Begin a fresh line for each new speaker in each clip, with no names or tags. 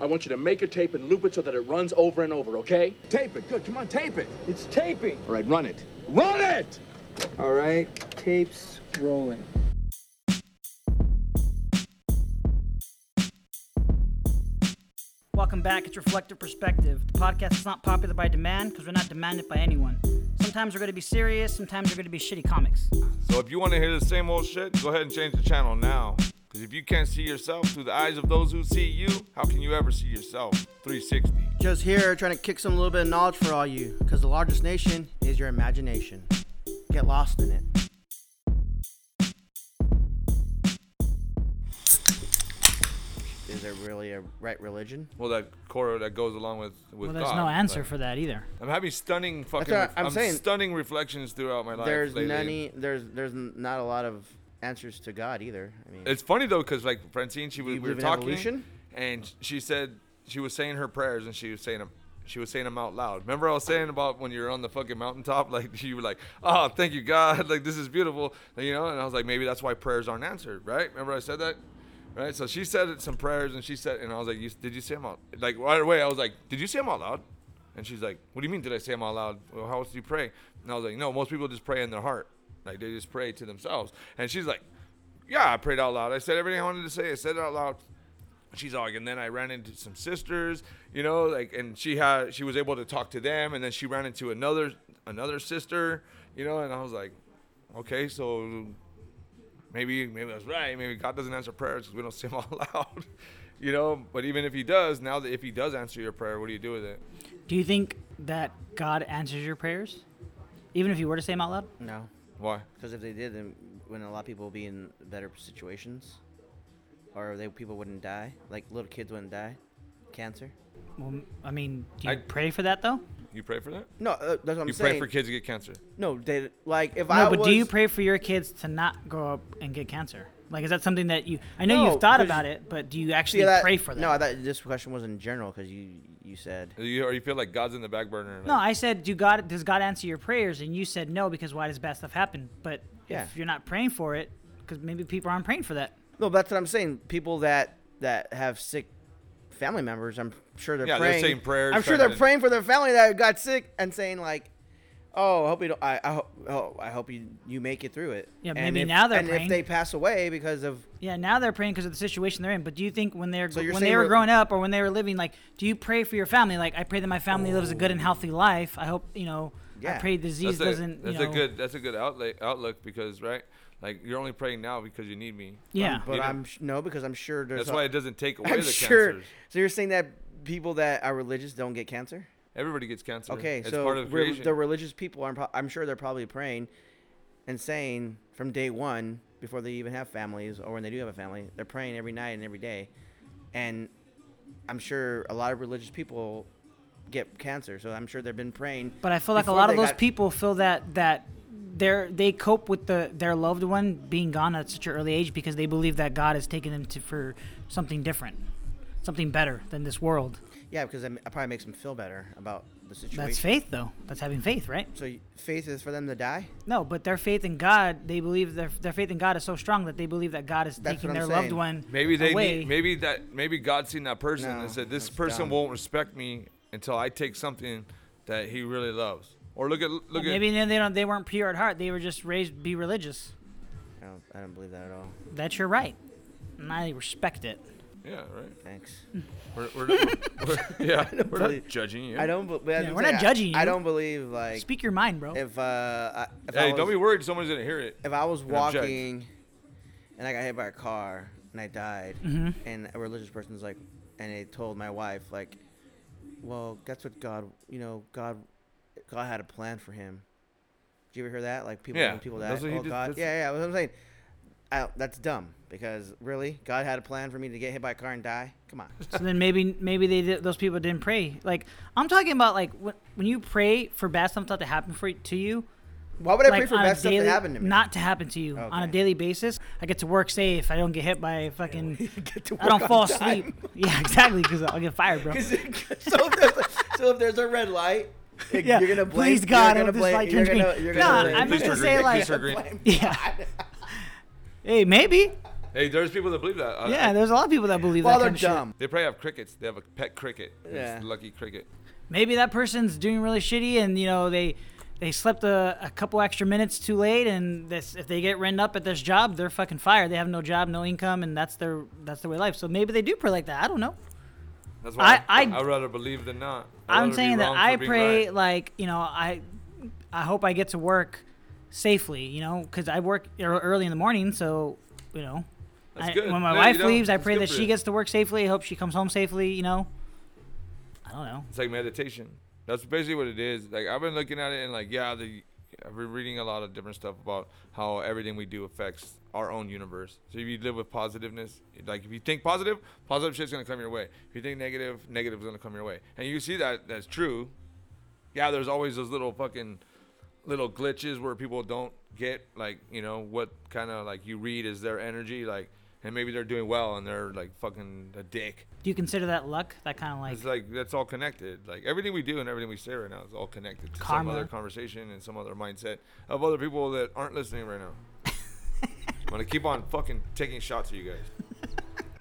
I want you to make a tape and loop it so that it runs over and over, okay?
Tape it. Good. Come on, tape it.
It's taping.
All right, run it. Run it!
All right, tapes rolling.
Welcome back. It's Reflective Perspective. The podcast is not popular by demand because we're not demanded by anyone. Sometimes we're going to be serious, sometimes we're going to be shitty comics.
So if you want to hear the same old shit, go ahead and change the channel now. Because if you can't see yourself through the eyes of those who see you, how can you ever see yourself? 360.
Just here trying to kick some little bit of knowledge for all you, because the largest nation is your imagination. Get lost in it. Is there really a right religion?
Well, that choreo that goes along with with
Well, there's
God,
no answer
but-
for that either.
I'm having stunning fucking.
what I-
I'm,
I'm saying.
stunning reflections throughout my life.
There's
lately.
many. There's there's n- not a lot of answers to God either. I mean,
It's funny though, because like Francine, she was
You
we were
believe in
talking,
evolution?
and she said she was saying her prayers and she was saying them. She was saying them out loud. Remember, I was saying about when you're on the fucking mountaintop, like you were like, "Oh, thank you, God! Like this is beautiful," you know. And I was like, maybe that's why prayers aren't answered, right? Remember, I said that, right? So she said some prayers, and she said, and I was like, you, "Did you say them out?" Like right away, I was like, "Did you say them out loud?" And she's like, "What do you mean? Did I say them out loud? Well, how else do you pray?" And I was like, "No, most people just pray in their heart, like they just pray to themselves." And she's like, yeah, I prayed out loud. I said everything I wanted to say. I said it out loud. She's all like, and then I ran into some sisters, you know, like, and she had, she was able to talk to them, and then she ran into another, another sister, you know, and I was like, okay, so maybe, maybe that's right. Maybe God doesn't answer prayers because we don't say them out loud, you know. But even if He does, now that if He does answer your prayer, what do you do with it?
Do you think that God answers your prayers? Even if you were to say them out loud?
no,
Why?
because if they did, then wouldn't a lot of people be in better situations, or they people wouldn't die, like little kids wouldn't die, cancer.
Well, I mean, do you
I-
pray for that though?
You pray for that?
No, uh, that's what I'm
You
saying.
pray for kids to get cancer.
No, they, like if I
No, but
was,
do you pray for your kids to not grow up and get cancer? Like, is that something that you? I know
No,
you've thought
'cause-
about it, but do you actually
Yeah, that-
pray for that?
No, I thought this question was in general because you you said
Or you, or you feel like God's in the back burner.
No,
like-
I said, do God does God answer your prayers? And you said no because why does bad stuff happen? But
Yeah.
if you're not praying for it, because maybe people aren't praying for that.
no. That's what I'm saying. People that that have sick family members, I'm sure they're
Yeah, they're
praying.
saying prayers,
I'm sure
trying
they're
to-
praying for their family that got sick and saying like, "Oh, I hope you don't. I, I hope. Oh, I hope you you make it through it."
Yeah,
And
maybe
if-
now they're
and
praying.
if they pass away because of
Yeah, now they're praying because of the situation they're in. But do you think when they're
So you're
when they
saying
were
we're-
growing up or when they were living, like, do you pray for your family? Like, I pray that my family lives a good and healthy life. I hope you know. I
Oh. Yeah.
pray disease
that's a,
doesn't.
That's
you know,
a good. That's a good outlet, outlook because right, like you're only praying now because you need me.
Yeah.
but
You know-
I'm sh- no because I'm sure there's.
That's
a-
why it doesn't take away
I'm
the
sure.
cancers.
So you're saying that people that are religious don't get cancer?
Everybody gets cancer.
Okay,
it's
so
part of
re-
creation.
the religious people are. Pro- I'm sure they're probably praying and saying from day one before they even have families or when they do have a family, they're praying every night and every day, and I'm sure a lot of religious people get cancer. So I'm sure they've been praying.
But I feel like a
before
lot of
they
those
got-
people feel that that they're they cope with the their loved one being gone at such an early age because they believe that God has taken them to for something different, something better than this world.
Yeah, because it m- it probably makes them feel better about the situation.
That's faith, though. That's having faith, right?
So y- faith is for them to die.
No, but their faith in God, they believe their their faith in God is so strong that they believe that God is
That's
taking
what
their
I'm
loved
saying.
one
maybe they
away.
need, maybe that maybe God seen that person
No,
and said this
that's
person
dumb.
won't respect me until I take something that he really loves. Or look at look
Well,
at
maybe then they don't. They weren't pure at heart. They were just raised to be religious.
I don't, I don't believe that at all.
That's your right, and I respect it.
yeah right.
Thanks.
Mm-hmm.
We're, we're, not- we're- yeah, we're not
believe-
judging you.
I don't. Be-
Yeah, we're not judging
I,
you.
don't believe like
Speak your mind, bro.
if uh I, if I
Hey,
was,
don't be worried. Someone's gonna hear it.
if I was
And object.
walking and I got hit by a car and I died,
Mm-hmm.
and a religious person's like, and they told my wife, like, well, that's what God, you know, God, God had a plan for him. Did you ever hear that? Like people,
Yeah,
when people die,
that's what he
oh
did-
God,
that's-
yeah, yeah, that's what I'm saying. I, that's dumb because really, God had a plan for me to get hit by a car and die. Come on.
So then maybe maybe they did, those people didn't pray. Like I'm talking about like when, when you pray for bad stuff not to happen for to you.
Why would I
like,
pray for
on a
bad stuff
daily-
that happened to me? Oh,
Not to happen to you on a
Okay.
daily basis. I get to work safe. I don't get hit by a fucking.
to
I don't
work
fall
on time.
asleep. Yeah, exactly. Because I'll get fired, bro.
so, if there's a, so if there's a red light,
Yeah,
you're gonna blame.
please God,
you're gonna
I hope this
blame.
light
you're
turns
gonna,
green.
you're
Nah,
gonna blame.
I'm
Please
just
agree.
gonna say, like-
Please agree.
Yeah. hey, maybe.
Hey, there's people that believe that. I-
Yeah,
I-
there's a lot of people that believe
Well,
that
they're
kind of shit.
dumb.
they probably have crickets. They have a pet cricket.
Yeah.
Yeah. Lucky cricket.
Maybe that person's doing really shitty, and you know they they slept a, a couple extra minutes too late, and this if they get rent up at this job, they're fucking fired. They have no job, no income, and that's their that's their way of life. So maybe they do pray like that. I don't know.
That's why
I-
I,
I-
would rather believe than not. I'd rather
I'm
be
saying that
wrong
I
for being
pray
right.
like you know I I hope I get to work safely, you know, because I work ear- early in the morning, so you know.
That's
I-
good.
When my
No, you
wife
don't.
leaves, I
That's
pray
good
that
for
she
you.
gets to work safely. I hope she comes home safely. You know. I don't know.
It's like meditation. That's basically what it is. Like I've been looking at it and like yeah, the I've been reading a lot of different stuff about how everything we do affects our own universe. So if you live with positiveness, like if you think positive, positive shit's gonna come your way. If you think negative, negative's gonna come your way. And you see that that's true. Yeah, there's always those little fucking little glitches where people don't get like you know what kind of like you read is their energy like and maybe they're doing well and they're like fucking a dick
Do you consider that luck? That kind of like
it's like that's all connected. Like everything we do and everything we say right now is all connected to
Karma.
some other conversation and some other mindset of other people that aren't listening right now. I'm gonna keep on fucking taking shots at you guys.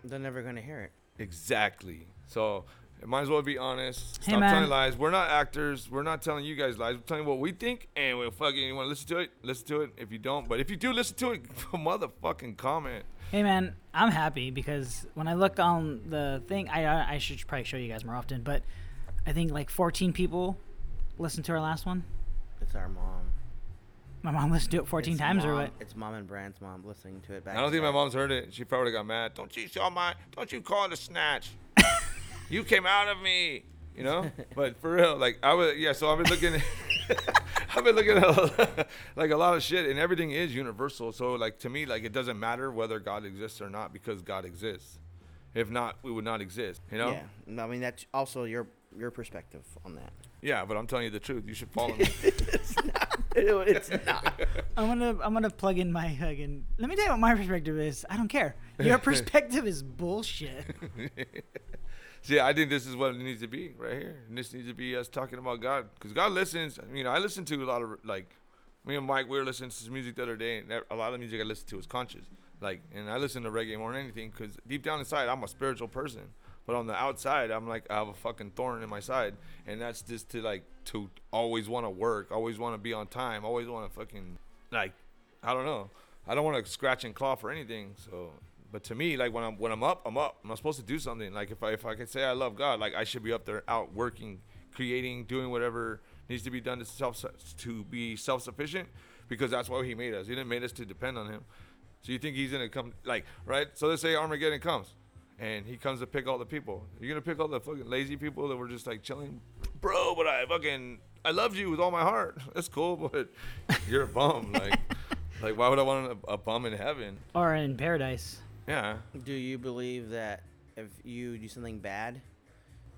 They're never gonna hear it.
Exactly. So it might as well be honest.
Hey,
Stop
man.
telling lies. We're not actors. We're not telling you guys lies. We're telling you what we think, and we'll fucking. You want to listen to it? Listen to it. If you don't, but if you do listen to it, motherfucking comment.
Hey man, I'm happy because when I look on the thing, I- I I should probably show you guys more often, but I think like 14 people listened to our last one.
It's our mom.
My mom listened to it 14
It's
times
mom,
or what?
It's mom and Brand's mom listening to it back.
I don't
to
think my
back.
mom's heard it. She probably got mad. Don't you show my? Don't you call it a snatch? you came out of me, you know. But for real, like I was, yeah. So I've been looking, I've been looking at a lot- like a lot of shit, and everything is universal. So like to me, like it doesn't matter whether God exists or not because God exists. If not, we would not exist, you know.
Yeah. No, I mean that's also your your perspective on that.
Yeah, but I'm telling you the truth. You should follow me.
it's not.
I'm gonna I'm gonna plug in my hug and let me tell you what my perspective is. I don't care. Your perspective is bullshit.
See, I think this is what it needs to be right here. And this needs to be us talking about God because God listens. I mean, I listen to a lot of like me and Mike. We were listening to some music the other day, and that- a lot of music I listen to is conscious. Like, and I listen to reggae more than anything because deep down inside, I'm a spiritual person. But on the outside, I'm like I have a fucking thorn in my side, and that's just to like to always want to work, always want to be on time, always want to fucking like I don't know. I don't want to scratch and claw for anything. So, but to me, like when I'm when I'm up, I'm up. I'm not supposed to do something. Like if I if I could say I love God, like I should be up there out working, creating, doing whatever needs to be done to self to be self sufficient, because that's why He made us. He didn't made us to depend on Him. So you think He's gonna come like right? So let's say Armageddon comes, and He comes to pick all the people. You're gonna pick all the fucking lazy people that were just like chilling, bro. But I fucking I loved you with all my heart. That's cool, but you're a bum. Like. Like, why would I want a, a bum in heaven?
Or in paradise.
Yeah.
Do you believe that if you do something bad,
Is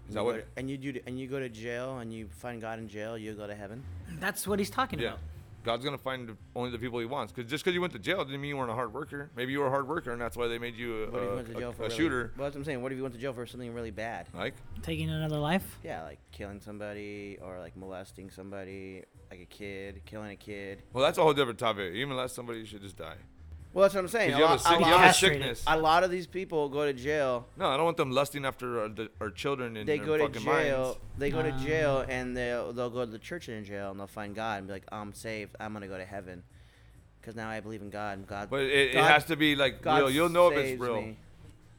you
that
go
what?
to- and you do and you go to jail and you find God in jail, you go to heaven?
That's what he's talking
Yeah.
about.
God's gonna find only the people He wants. Cause just because you went to jail didn't mean you weren't a hard worker. Maybe you were a hard worker, and that's why they made you a,
What if you
a,
went to jail
Uh, a-
for
a
really-
shooter.
Well, that's what I'm saying. What if you went to jail for something really bad?
Like,
Taking another life.
Yeah, like killing somebody or like molesting somebody, like a kid, killing a kid.
well, that's a whole different topic. Even last somebody you should just die.
Well, that's what I'm saying.
'Cause
A
you have a,
lot,
sick,
a,
you
lot,
have a
Castrated.
sickness.
a lot of these people go to jail.
no, I don't want them lusting after our, the, our children and
They
their
go to
fucking
jail.
minds.
They go to jail and they'll they'll go to the church and in jail and they'll find God and be like, I'm saved. I'm gonna go to heaven, because now I believe in God. and God,
But it, it
God-
has to be like
God
real. You'll know if
saves
it's real.
me.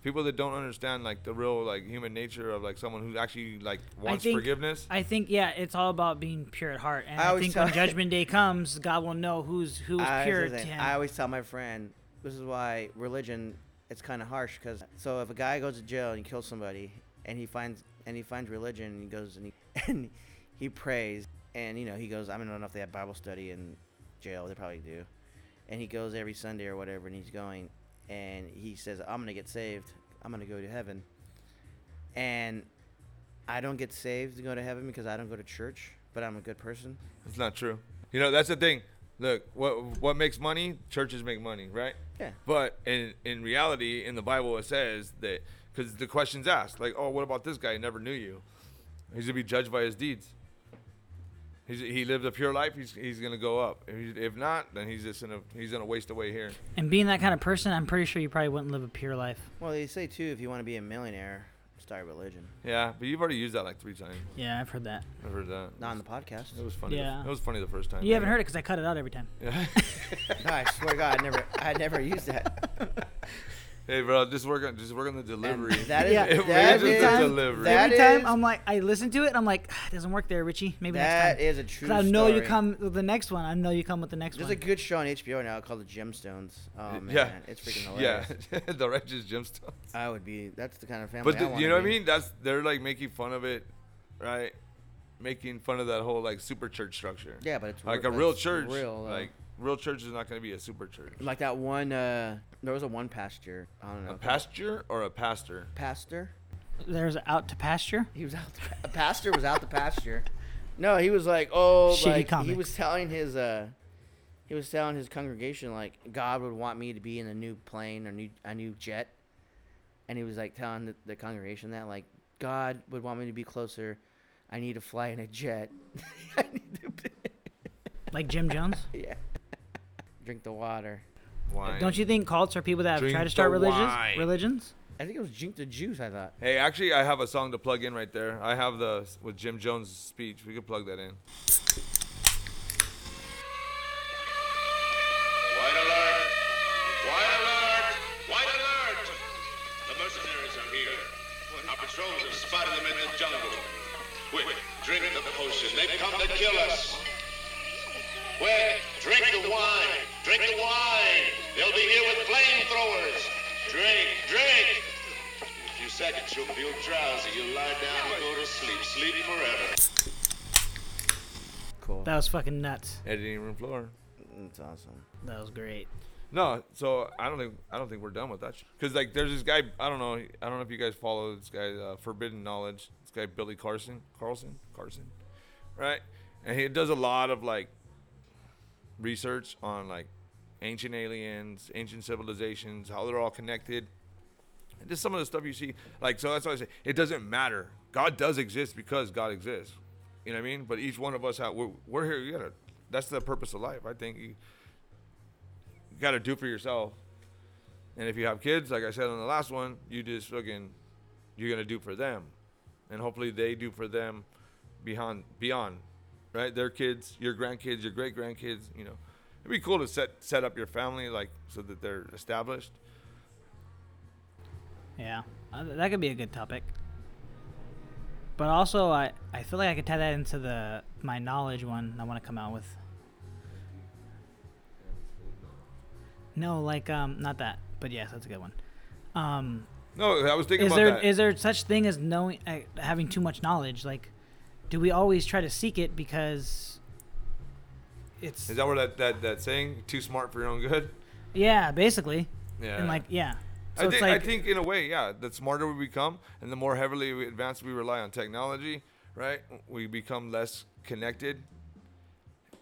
People that don't understand like the real like human nature of like someone who actually like
I
wants
think
forgiveness.
I think yeah, it's all about being pure at heart. And
I
I,
always
think
tell-
when Judgment Day comes, God will know who's who's
I, was
pure
just
to
saying,
him.
I always tell my friend, this is why religion it's kind of harsh because so if a guy goes to jail and kills somebody and he finds and he finds religion and he goes and he and he prays and you know he goes I don't know if they have Bible study in jail they probably do and he goes every Sunday or whatever and he's going and he says I'm gonna get saved I'm gonna go to heaven and I don't get saved to go to heaven because I don't go to church but I'm a good person
It's not true. You know, that's the thing. Look, what what makes money? Churches make money, right?
Yeah.
But in in reality, in the Bible, it says that because the question's asked, like, oh, what about this guy? He never knew you. He's gonna be judged by his deeds. He's, he lived a pure life. He's, he's gonna go up. If, he- if not, then he's just gonna he's gonna waste away here.
And being that kind of person, I'm pretty sure you probably wouldn't live a pure life.
Well, they say too, if you want to be a millionaire, start religion.
Yeah, but you've already used that like three times.
Yeah, I've heard that.
I've heard that.
Not on the podcast.
It was funny.
Yeah.
Yeah. It was funny the first time.
You haven't heard it because I cut it out every time.
Yeah.
No, I swear to God, I never, I never used that.
hey, bro, just work on just work on the delivery.
And that is,
Yeah.
It
that
was
that
just
is,
a delivery.
that
every time
is-
I'm like, I listen to it, and I'm like, "Ah, it doesn't work there, Richie. Maybe next
that
time.
is a true.
'Cause I know you
story.
come with the next one. I know you come with the next
There's
one.
a good show on HBO now called The Gemstones. Oh man,
yeah,
it's freaking hilarious.
Yeah, the righteous gemstone.
I would be. That's the kind of family.
But
I
the,
wanna
you know what I
be.
mean? That's they're like making fun of it, right? Making fun of that whole like super church structure.
Yeah, but it's
like
re-
a real
that's
church.
real, though.
like real church is not going to be a super church.
Like that one. Uh, there was a one pastor. I don't know.
A pasture or a pastor?
pastor.
There's out to pasture.
He was out. The, a pastor was out the pasture. No, he was like, oh,
Shitty
like he
comics.
was telling his uh, he was telling his congregation like God would want me to be in a new plane or new a new jet, and he was like telling the, the congregation that like God would want me to be closer. I need to fly in a jet. I need to be-
Like Jim Jones.
yeah. Drink the water.
Wine.
Don't you think cults are people that have
Drink
tried to start
the
religions?
wine.
Religions?
I think it was drink the juice. I thought.
Hey, actually, I have a song to plug in right there. I have the with Jim Jones' speech. We could plug that in.
White alert! White alert! White alert! The mercenaries are here. Our patrols have spotted them in the jungle. Quick, drink the potion. They've come to kill us. Quick, drink the wine. Drink the wine. They'll be here with flamethrowers. Drink, drink. In a few seconds, you'll feel drowsy. You'll lie down and go to sleep. Sleep forever.
Cool.
That was fucking nuts.
Editing room floor.
That's awesome.
That was great.
No, so I don't think I don't think we're done with that. Because like, there's this guy. I don't know. I don't know if you guys follow this guy, uh, Forbidden Knowledge. This guy Billy Carson, Carlson, Carson, right? And he does a lot of like research on like ancient aliens, ancient civilizations, how they're all connected. And just some of the stuff you see, like so. That's why I say it doesn't matter. God does exist because God exists. You know what I mean? But each one of us, have, we're, we're here. You gotta. That's the purpose of life. I think you you gotta do for yourself. And if you have kids, like I said on the last one, you just fucking you're gonna do for them. And hopefully they do for them beyond beyond. Right? Their kids, your grandkids, your great grandkids, you know. It'd be cool to set set up your family like so that they're established.
Yeah, Uh, that could be a good topic. But also, I, I feel like I could tie that into the my knowledge one I want to come out with. No, like um, not that, but yes, that's a good one. Um,
No, I was thinking
is
about
there is
that.
there such thing as knowing uh, having too much knowledge? Like, do we always try to seek it because it's
Is that where that, that, that saying, too smart for your own good?
yeah, basically,
Yeah.
and like yeah. So
I
it's
think,
like
I think in a way, yeah, the smarter we become and the more heavily we advanced we rely on technology, right? We become less connected.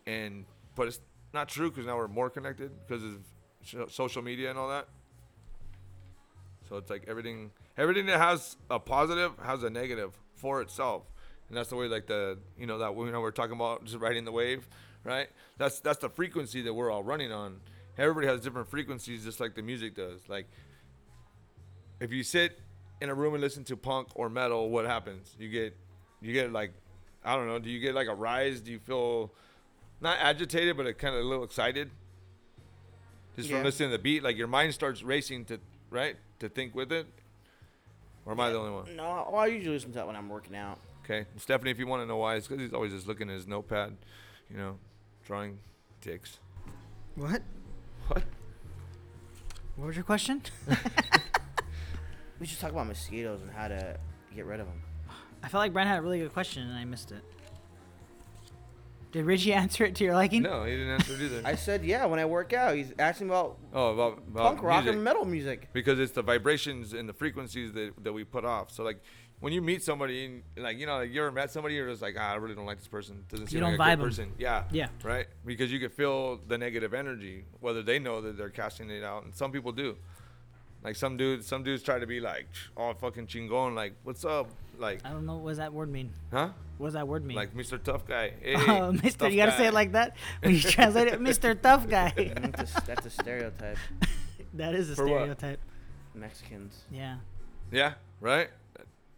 And but it's not true because now we're more connected because of so- social media and all that. So it's like everything everything that has a positive has a negative for itself. And that's the way like the you know that you know we're talking about just riding the wave, right? That's that's the frequency that we're all running on. Everybody has different frequencies just like the music does. Like if you sit in a room and listen to punk or metal, what happens? You get you get like I don't know, do you get like a rise? Do you feel not agitated but kind of a little excited? Just
Yeah.
from listening to the beat, like your mind starts racing to right to think with it. Or am I the only one?
No, well, I usually listen to that when I'm working out.
Okay, Stephanie, if you want to know why, it's because he's always just looking at his notepad, you know, drawing dicks.
What?
What?
what was your question?
We should talk about mosquitoes and how to get rid of them.
I felt like Brent had a really good question and I missed it. Did Richie answer it to your liking?
No, he didn't answer it either.
I said, yeah, when I work out. He's asking about
oh, about, about
punk rock
music.
and metal music.
because it's the vibrations and the frequencies that, that we put off. So like when you meet somebody and like you know like you ever met somebody you're just like ah, I really don't like this person doesn't seem
don't
like a
vibe 'em.
good person yeah
Yeah.
right because you can feel the negative energy whether they know that they're casting it out and some people do Like some dudes, some dudes try to be like all fucking chingon, like what's up, like
I don't know what does that word mean.
huh,
What does that word mean?
like Mr. Tough Guy. Hey,
oh, Mister,
tough
you gotta say
guy."
it like that when you translate it, Mister Tough Guy.
That's a, that's a stereotype.
that is a
For what?
stereotype.
Mexicans.
Yeah.
Yeah, right.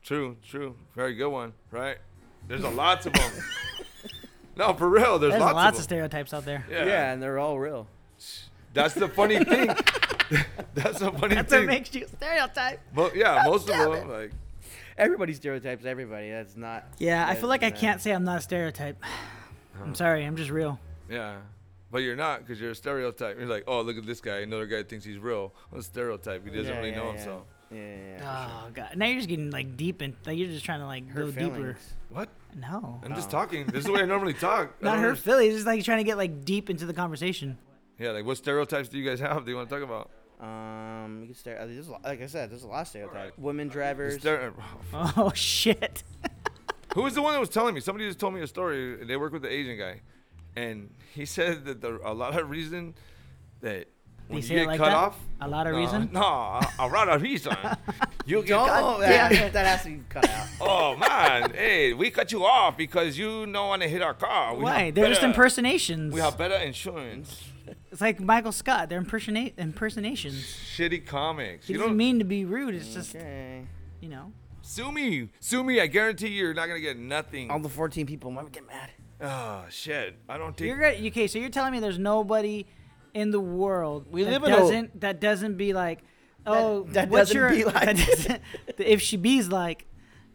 True, true. Very good one, right? There's a lots of them. no, for real. There's,
There's
lots,
lots,
of,
of
them.
stereotypes out there.
yeah.
Yeah, and they're all real.
That's the funny thing. That's the funny
That's what
thing.
makes you a stereotype.
Mo- yeah, most of them. Like,
Everybody stereotypes everybody. That's not.
Yeah, I feel like I
that-
can't say I'm not a stereotype. I'm sorry, I'm just real.
yeah. But you're not because you're a stereotype. You're like, oh, look at this guy. Another guy thinks he's real. What a stereotype. He doesn't
Yeah,
really
yeah,
know
yeah.
himself.
Yeah, yeah, yeah.
Oh god. Now you're just getting like deep in like you're just trying to like
Her
go deeper.
feelings.
What?
No.
I'm just
No.
talking. This is the way I normally talk. I
Oh. Not
don't
her
understand-
Philly, just like trying to get like deep into the conversation.
Yeah, like what stereotypes do you guys have? Do you want to talk about?
Um, you can stare. uh, There's, a lot- like I said, there's a lot of stereotypes. Women drivers.
Stere-
Oh shit.
Who was the one that was telling me? Somebody just told me a story. They work with the Asian guy, and he said that the, a lot of reason that when
say
you
it
get
like
cut
that?
off,
A lot of
no,
reason?
no, a a lot of reason. you get
Don't.
Oh,
cut.
that, that has to be cut out.
Oh man, hey, we cut you off because you don't want to hit our car. We
Why?
have
They're just
better-
impersonations.
We have better insurance.
It's like Michael Scott. They're impersonate impersonations.
Shitty comics.
He
You
doesn't
don't
mean to be rude. It's just
Okay.
you know.
sue me, sue me. I guarantee you're not gonna get
Um,
nothing.
All the 14 people might get mad.
Oh shit, I don't
You're
think.
gonna, okay. So you're telling me there's nobody in the world
We
that
live in a-
doesn't that doesn't be like, oh,
that
what's
doesn't
your,
be like-
that doesn't- the if she be's like,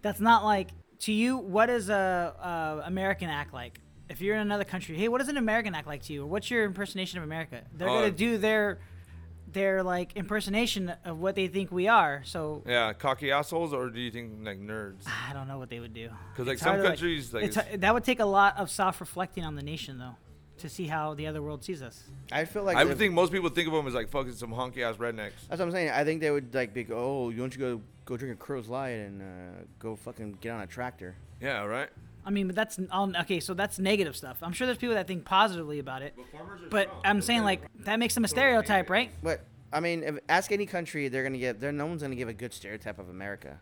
that's not like to you. What does a, a American act like? If you're in another country, hey, what does an American act like to you? Or what's your impersonation of America? They're
Oh.
Uh,
gonna do their their like impersonation of what they think we are. So
Yeah, cocky assholes, or do you think like nerds?
I don't know what they would do.
'Cause, like,
It's
some
hard to,
countries, like,
it's
it's-
h- that would take a lot of self-reflecting on the nation though, to see how the other world sees us.
I feel like
I would
if-
think most people think of them as like fucking some honky ass rednecks.
That's what I'm saying. I think they would like be, oh, you don't you go go drink a Crow's Light and uh, go fucking get on a tractor.
Yeah, right.
I mean, but that's all okay. So that's negative stuff. I'm sure there's people that think positively about it. But I'm saying like that makes them a stereotype, right?
But I mean, if, ask any country, they're gonna get. There, no one's gonna give a good stereotype of America.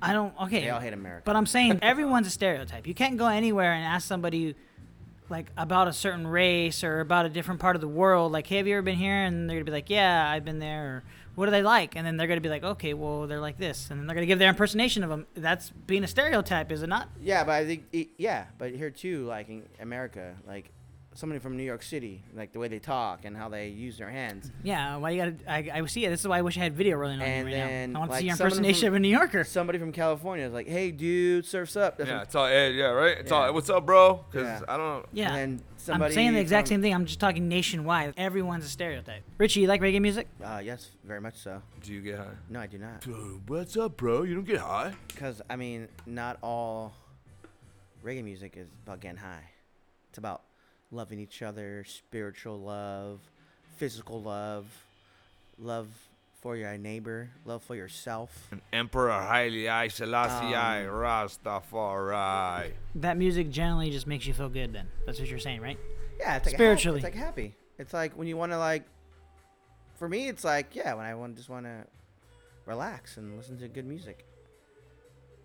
I don't. Okay.
They all hate America.
But I'm saying everyone's a stereotype. You can't go anywhere and ask somebody like about a certain race or about a different part of the world. Like, hey, have you ever been here? And they're gonna be like, yeah, I've been there. Or, what are they like? And then they're gonna be like, okay, well, they're like this. And then they're gonna give their impersonation of them. That's being a stereotype, is it not?
yeah, but I think it, yeah, but here too, like in America, like somebody from New York City, like the way they talk and how they use their hands.
Yeah. Why you gotta? I, I see it. This is why I wish I had video rolling on
And
me right
then,
now. I want
like,
to see your
someone from-
impersonation of a New Yorker.
Somebody from California is like, hey, dude, surf's up. That's
Yeah,
what-
it's all Ed. Yeah, right. It's
Yeah.
all what's up, bro? Because
Yeah.
I don't.
Yeah.
And somebody
I'm saying the exact
from-
same thing. I'm just talking nationwide. Everyone's a stereotype. Richie, you like reggae music?
uh, yes, very much so.
Do you get high?
No, I do not.
what's up, bro? You don't get high.
Because, I mean, not all reggae music is about getting high. It's about loving each other, spiritual love, physical love, love for your neighbor, love for yourself.
Emperor Haile I
Um,
Selassie I Rastafari.
That music generally just makes you feel good. Then that's what you're saying, right?
Yeah, it's like
Spiritually.
A hap- it's like happy. It's like when you want to, like, for me, it's like, yeah, when I want just want to relax and listen to good music.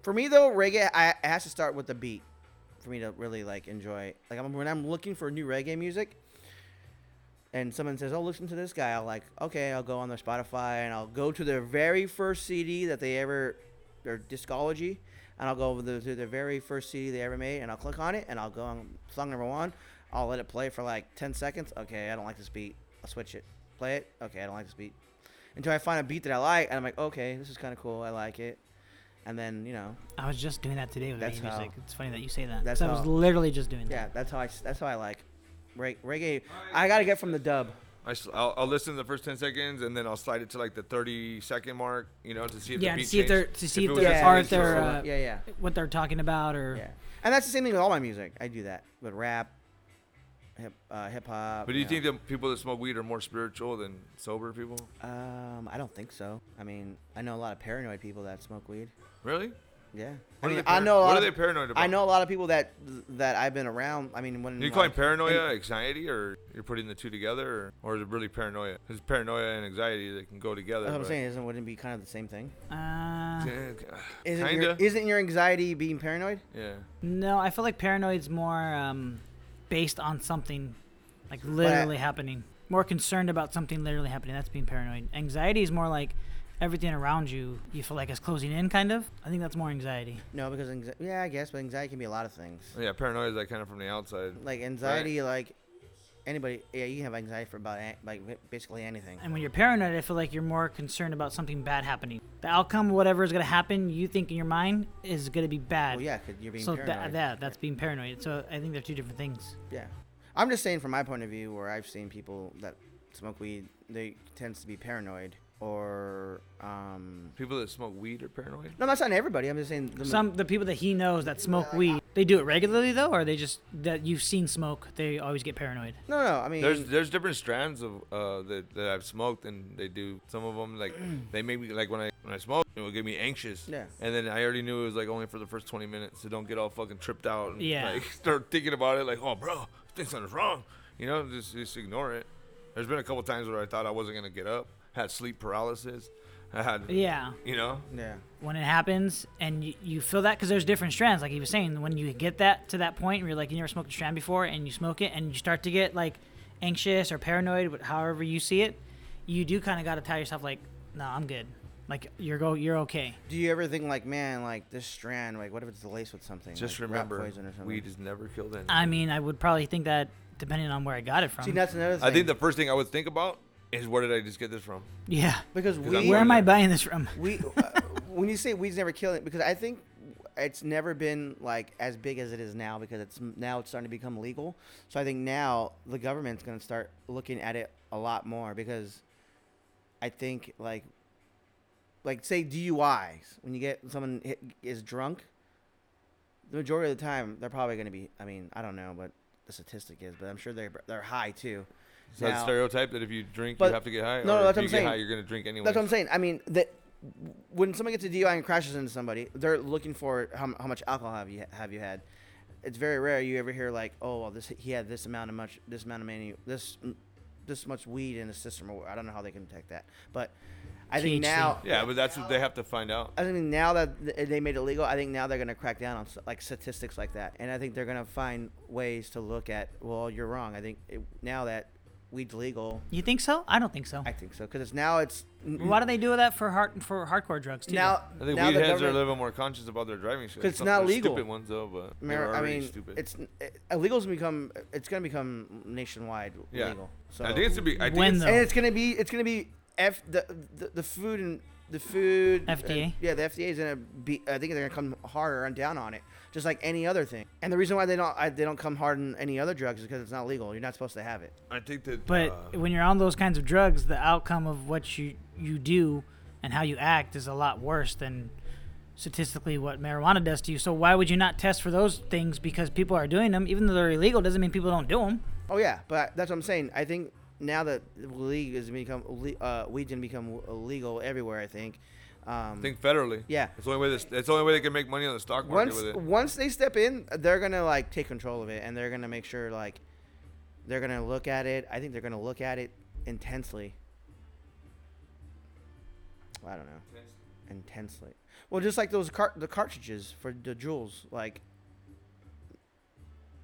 For me, though, reggae, I, it has to start with the beat for me to really, like, enjoy. Like, I'm, when I'm looking for new reggae music, and someone says, "Oh, listen to this guy," I'll like, okay, I'll go on their Spotify and I'll go to their very first CD that they ever, their discology, and I'll go over the, to their very first CD they ever made, and I'll click on it and I'll go on song number one. I'll let it play for like ten seconds. Okay, I don't like this beat. I'll switch it. Play it. Okay, I don't like this beat. Until I find a beat that I like, and I'm like, okay, this is kind of cool. I like it. And then you know,
I was just doing that today with
That's
reggae music.
how-
It's funny that you say that.
that's
So I was
how-
literally just doing
yeah,
that.
that's how I. s- That's how I like. Reg- reggae. I gotta get from the dub.
I s- I'll, I'll listen to the first 10 seconds and then I'll slide it to like the 30 second mark, you know, to see if
Yeah,
the
to
beat
see if they're-
changed.
to see if
it was
they're-
just
are
an intro.
they're,
yeah,
uh,
yeah, yeah.
What they're talking about, or
Yeah, and that's the same thing with all my music. I do that with rap, hip uh, hip hop.
But do you
know.
think that people that smoke weed are more spiritual than sober people?
Um, I don't think so. I mean, I know a lot of paranoid people that smoke weed.
Really?
Yeah.
What are
I mean,
they
I
par-
know. A lot
what are
of-
they paranoid about?
I know a lot of people that that I've been around. I mean, when
You
I-
calling paranoia anxiety, or you're putting the two together, or, or is it really paranoia? Because paranoia and anxiety they can go together.
That's what I'm
but-
saying. Isn't wouldn't it be kind of the same thing?
Uh,
Yeah,
Isn't your,
Kinda.
isn't your anxiety being paranoid?
yeah.
no, I feel like paranoid's more um, based on something like literally happening. More concerned about something literally happening. That's being paranoid. Anxiety is more like everything around you. You feel like it's closing in, kind of. I think that's more anxiety.
No, because anxi- yeah, I guess, but anxiety can be a lot of things.
Yeah, paranoia is like kind of from the outside.
Like anxiety, like anybody. Yeah, you can have anxiety for about an- like ba- basically anything.
And when you're paranoid, I feel like you're more concerned about something bad happening. The outcome, whatever is gonna happen, you think in your mind is gonna be bad.
Well, yeah, 'cause you're being
So
paranoid.
that that that's being paranoid. So I think they're two different things.
Yeah. I'm just saying from my point of view where I've seen people that smoke weed, they tends to be paranoid or um
People that smoke weed are paranoid.
no, that's not everybody. I'm just saying the ma-
Some the people that he knows that smoke weed, they do it regularly though, or they just that you've seen smoke, they always get paranoid.
No, no, I mean
There's there's different strands of uh that, that I've smoked and they do some of them like they make me like when I when I smoke it would get me anxious
Yeah.
and then I already knew it was like only for the first 20 minutes so don't get all fucking tripped out and
Yeah.
like start thinking about it like oh bro I think something's wrong you know just just ignore it there's been a couple times where I thought I wasn't gonna get up had sleep paralysis I had
Yeah,
you know
yeah.
when it happens and you, you feel that because there's different strands, like he was saying. When you get that to that point where you're like you never smoked a strand before, and you smoke it, and you start to get like anxious or paranoid, but however you see it, you do kind of got to tell yourself like, no, I'm good. Like you're go, you're okay.
Do you ever think like, man, like this strand, like what if it's laced with something?
just
like, rat
remember
poison or something.
weed has never killed anyone
I mean, I would probably think that depending on where I got it from.
See, that's another thing.
I think the first thing I would think about is where did I just get this from
yeah.
because
I'm
weed,
Where am I
Yeah.
buying this from?
we uh, when you say weed's never killed it because I think it's never been like as big as it is now because it's now it's starting to become legal. So I think now the government's going to start looking at it a lot more because I think like like say DUIs when you get someone hit, is drunk the majority of the time they're probably going to be I mean I don't know what the statistic is but I'm sure they're they're high too.
Is that
Now-
stereotype that if you drink, you
But-
have to get high?
no,
or
no, that's what I'm
if you get
saying.
high, you're going to drink anyway.
That's what I'm saying. I mean, that when someone gets a DUI and crashes into somebody, they're looking for how, how much alcohol have you have you had. It's very rare you ever hear like, oh, well, this he had this amount of much, this amount of money, this this much weed in his system, or I don't know how they can detect that, but I think
THC.
now.
Yeah, but that's what they have to find out.
I think now that th- they made it legal, I think now they're going to crack down on s- like statistics like that, and I think they're going to find ways to look at. Well, you're wrong. I think it, now that weed's legal,
You think so? I don't think so.
I think so because it's now it's
Why do they do that for hard for hardcore drugs too?
now
I think
now
weed
the
heads are a
government-
little more conscious about their driving shit.
'Cause it's
Some-
not
they're
legal.
Stupid ones though, but they
Mar-
were
I
already
mean,
stupid.
it's it, illegal's become it's gonna become nationwide
yeah.
legal. So
I think it's a big. I think
When
it's,
though?
and it's gonna be it's gonna be f the the, the food and the food uh,
FDA?
yeah, the FDA is gonna be. I think they're gonna come harder and down on it, just like any other thing. And the reason why they don't I, they don't come hard on any other drugs is because it's not legal. You're not supposed to have it.
I think that.
But
uh,
when you're on those kinds of drugs, the outcome of what you you do and how you act is a lot worse than statistically what marijuana does to you. So why would you not test for those things? Because people are doing them, even though they're illegal, doesn't mean people don't do them.
Oh yeah, but that's what I'm saying. I think now that the league is become le- uh, weed's gonna become illegal everywhere. I think. Um,
I think federally.
Yeah.
It's the only way. This, it's the only way they can make money on the stock market
once
with it.
once they step in, they're gonna like take control of it, and they're gonna make sure like they're gonna look at it. I think they're gonna look at it intensely. Well, I don't know. Intensely. Well, just like those car- the cartridges for the jewels, like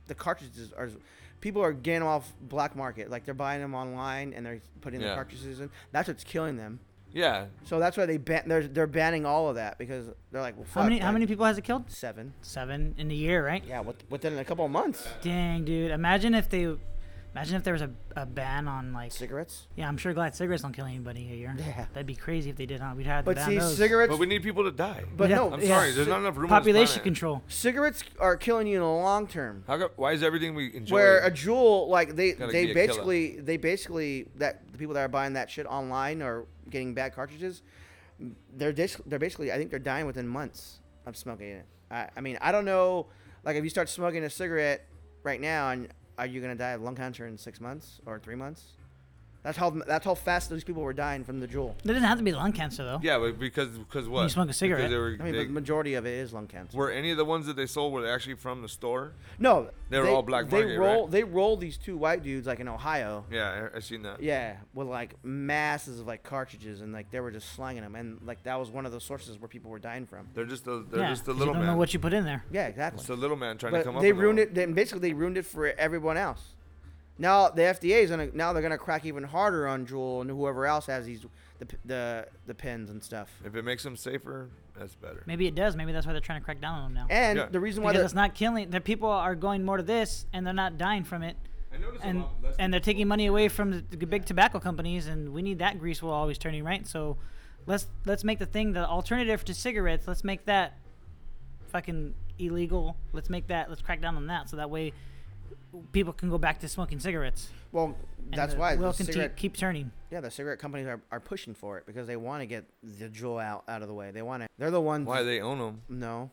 the cartridges are people are getting 'em off black market. Like they're buying them online and they're putting
Yeah.
the cartridges in. That's what's killing them.
Yeah.
So that's why they ban they're they're banning all of that because they're like, well, fuck,
How many how
like,
many people has it killed?
seven.
Seven in a year, right?
Yeah, with, within a couple of months.
Dang, dude! Imagine if they, imagine if there was a, a ban on like.
Cigarettes.
yeah, I'm sure glad cigarettes don't kill anybody a year.
Yeah.
That'd be crazy if they did, huh? We'd have to
But
ban
see,
those.
cigarettes.
But we need people to die.
but
Yeah.
no,
I'm
yeah.
sorry. There's not enough room.
population
on this planet.
control.
cigarettes are killing you in a long term.
How co- why is everything we enjoy?
Where a jewel, like they,
Gotta
they
be a killer.
basically, they basically that the people that are buying that shit online or getting bad cartridges, they're dis- they're basically, I think they're dying within months of smoking it. I, I mean, I don't know, like if you start smoking a cigarette right now, and are you gonna die of lung cancer in six months or three months? That's how that's how fast these people were dying from the jewel.
It doesn't have to be lung cancer though.
Yeah, but because because what?
smoke a
Because
cigarette.
they were-
I mean,
they-
but the majority of it is lung cancer.
were any of the ones that they sold were they actually from the store?
No,
They were all black
They
market,
roll
right?
they roll these two white dudes like in Ohio.
Yeah, I, I seen that.
Yeah, with like masses of like cartridges and like they were just slanging them and like that was one of the sources where people were dying from.
They're just the they're
Yeah,
just the
'cause you
little
don't
man.
know what you put in there.
Yeah, exactly.
it's the little man trying to come
But
up.
they
with
ruined
all-
it. Then basically they ruined it for everyone else. Now the FDA is gonna now they're gonna crack even harder on Juul and whoever else has these the p- the the pens and stuff.
If it makes them safer, that's better.
Maybe it does. Maybe that's why they're trying to crack down on them now.
And
Yeah.
the reason why
Because
the,
it's not killing. The people are going more to this, and they're not dying from it.
I noticed
and and they're taking money away from the, the big tobacco companies, and we need that grease wheel always turning right. So, let's let's make the thing the alternative to cigarettes. Let's make that fucking illegal. Let's make that. Let's crack down on that, so that way people can go back to smoking cigarettes.
well
And
that's
the
why the
wheel can te-
cigarette
keep turning.
yeah the cigarette companies are, are pushing for it because they want to get the Juul out out of the way. They want to. They're the ones.
Why they own them?
No,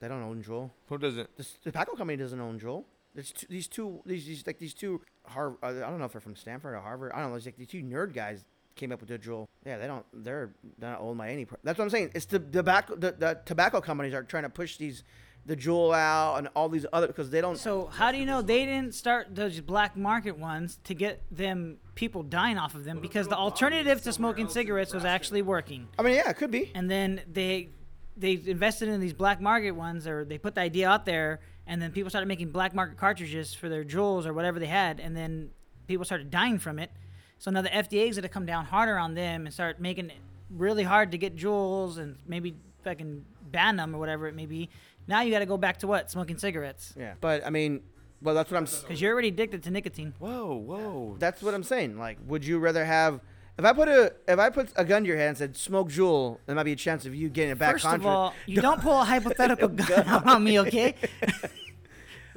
they don't own Juul.
Who doesn't?
The s- tobacco company doesn't own Juul. There's two, these two, these, these like these two Harvard. I don't know if they're from Stanford or Harvard. I don't know. It's like these two nerd guys came up with the Juul. Yeah, they don't. They're not owned by any. per- That's what I'm saying. It's the tobacco. The, the tobacco companies are trying to push these, the Juul out and all these other because they don't.
So how do you know they didn't start those black market ones to get them people dying off of them because the alternative to smoking cigarettes was actually working,
I mean, yeah, it could be.
and then they they invested in these black market ones or they put the idea out there, and then people started making black market cartridges for their jewels or whatever they had, and then people started dying from it. So now the FDA is gonna come down harder on them and start making it really hard to get jewels and maybe fucking ban them or whatever it may be. Now you got to go back to what smoking cigarettes.
Yeah, but I mean, well, that's what I'm. s-
Because you're already addicted to nicotine.
Whoa, whoa.
That's what I'm saying. Like, would you rather have? If I put a if I put a gun to your hand and said smoke Juul, there might be a chance of you getting it back.
First
contra-
of all, you don't pull a hypothetical gun out on me, okay?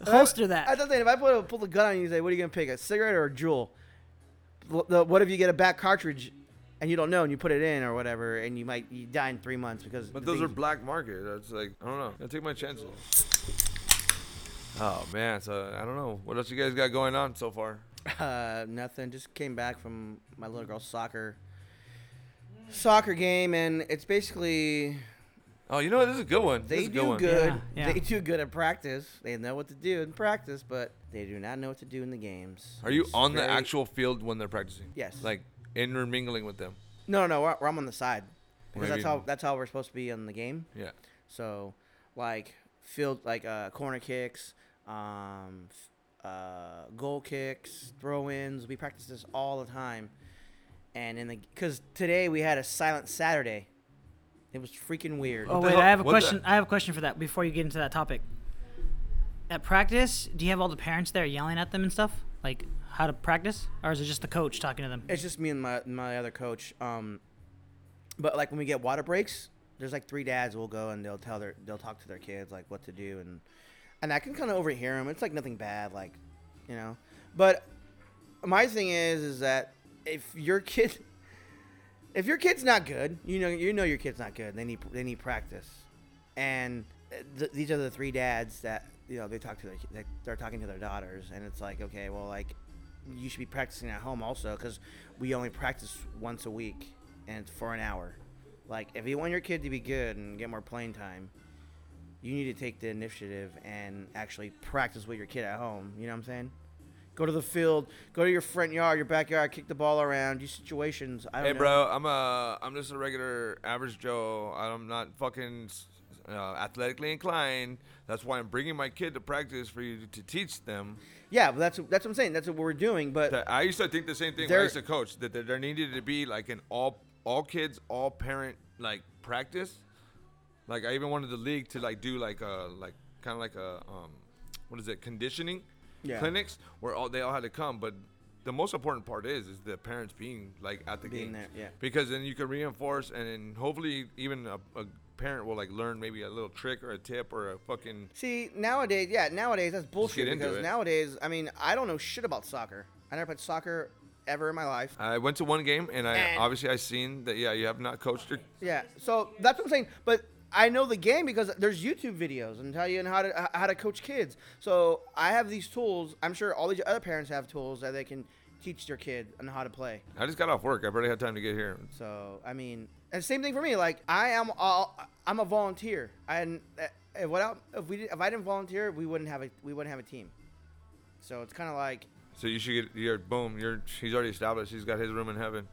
Holster
Uh, I
that.
thought that if I put a, pull the gun on you and say, "What are you gonna pick, a cigarette or a jewel?" Wh- the- What if you get a back cartridge, and you don't know, and you put it in or whatever, and you might you die in three months because.
But
the
those are
thing-
black market. That's like I don't know. I take my chances. Oh man, so I don't know. What else you guys got going on so far?
uh, nothing. Just came back from my little girl's soccer soccer game, and it's basically
Oh, you know what? This is a good one. This
they
is a
do
good one.
good.
Yeah, yeah.
They do good at practice. They know what to do in practice, but they do not know what to do in the games.
Are you
It's
on the
very-
actual field when they're practicing?
Yes.
Like intermingling with them.
No, no, no. We're, we're- I'm on the side because
Maybe-
that's how that's how we're supposed to be on the game.
Yeah.
So, like field, like uh, corner kicks, um, f- uh, goal kicks, throw-ins. We practice this all the time, and in the because today we had a silent Saturday. It was freaking weird.
Oh
the
wait,
hell-
I have a
what
question.
the-
I have a question for that before you get into that topic. At practice, do you have all the parents there yelling at them and stuff, like how to practice, or is it just the coach talking to them?
It's just me and my my other coach. Um, but like when we get water breaks, there's like three dads will go and they'll tell their they'll talk to their kids like what to do and and I can kind of overhear them. It's like nothing bad, like you know. But my thing is is that if your kid if your kid's not good, you know you know your kid's not good. They need they need practice, and uh, th- these are the three dads that you know they talk to their ki- they, they're talking to their daughters, and it's like okay, well like you should be practicing at home also because we only practice once a week and it's for an hour. Like if you want your kid to be good and get more playing time, you need to take the initiative and actually practice with your kid at home. You know what I'm saying? Go to the field, go to your front yard, your backyard, kick the ball around, do situations. I don't
Hey,
know.
bro, I'm a I'm just a regular average Joe. I'm not fucking uh, athletically inclined. That's why I'm bringing my kid to practice for you to teach them.
Yeah, but that's that's what I'm saying. That's what we're doing. But
That- I used to think the same thing when
There-
I used to coach that there, there needed to be like an all all kids all parent like practice. Like I even wanted the league to like do like a like kind of like a um what is it conditioning
Yeah.
clinics where all they all had to come, but. The most important part is is the parents being like at the
Being
games,
there, yeah.
Because then you can reinforce, and then hopefully even a, a parent will like learn maybe a little trick or a tip or a fucking
See, nowadays, yeah, nowadays that's bullshit.
into
Because
it.
nowadays, I mean, I don't know shit about soccer. I never played soccer ever in my life.
I went to one game and I
And-
obviously I seen that yeah you have not coached your
Yeah, so that's what I'm saying. But I know the game because there's YouTube videos and tell you how to h- how to coach kids. So I have these tools. I'm sure all these other parents have tools that they can teach your kid on how to play.
I just got off work. I barely had time to get here.
So I mean, and same thing for me. Like I am, all, I'm a volunteer. And eh, if without if we did, if I didn't volunteer, we wouldn't have a we wouldn't have a team. So it's kind of like,
So you should get your boom. You're he's already established. He's got his room in heaven.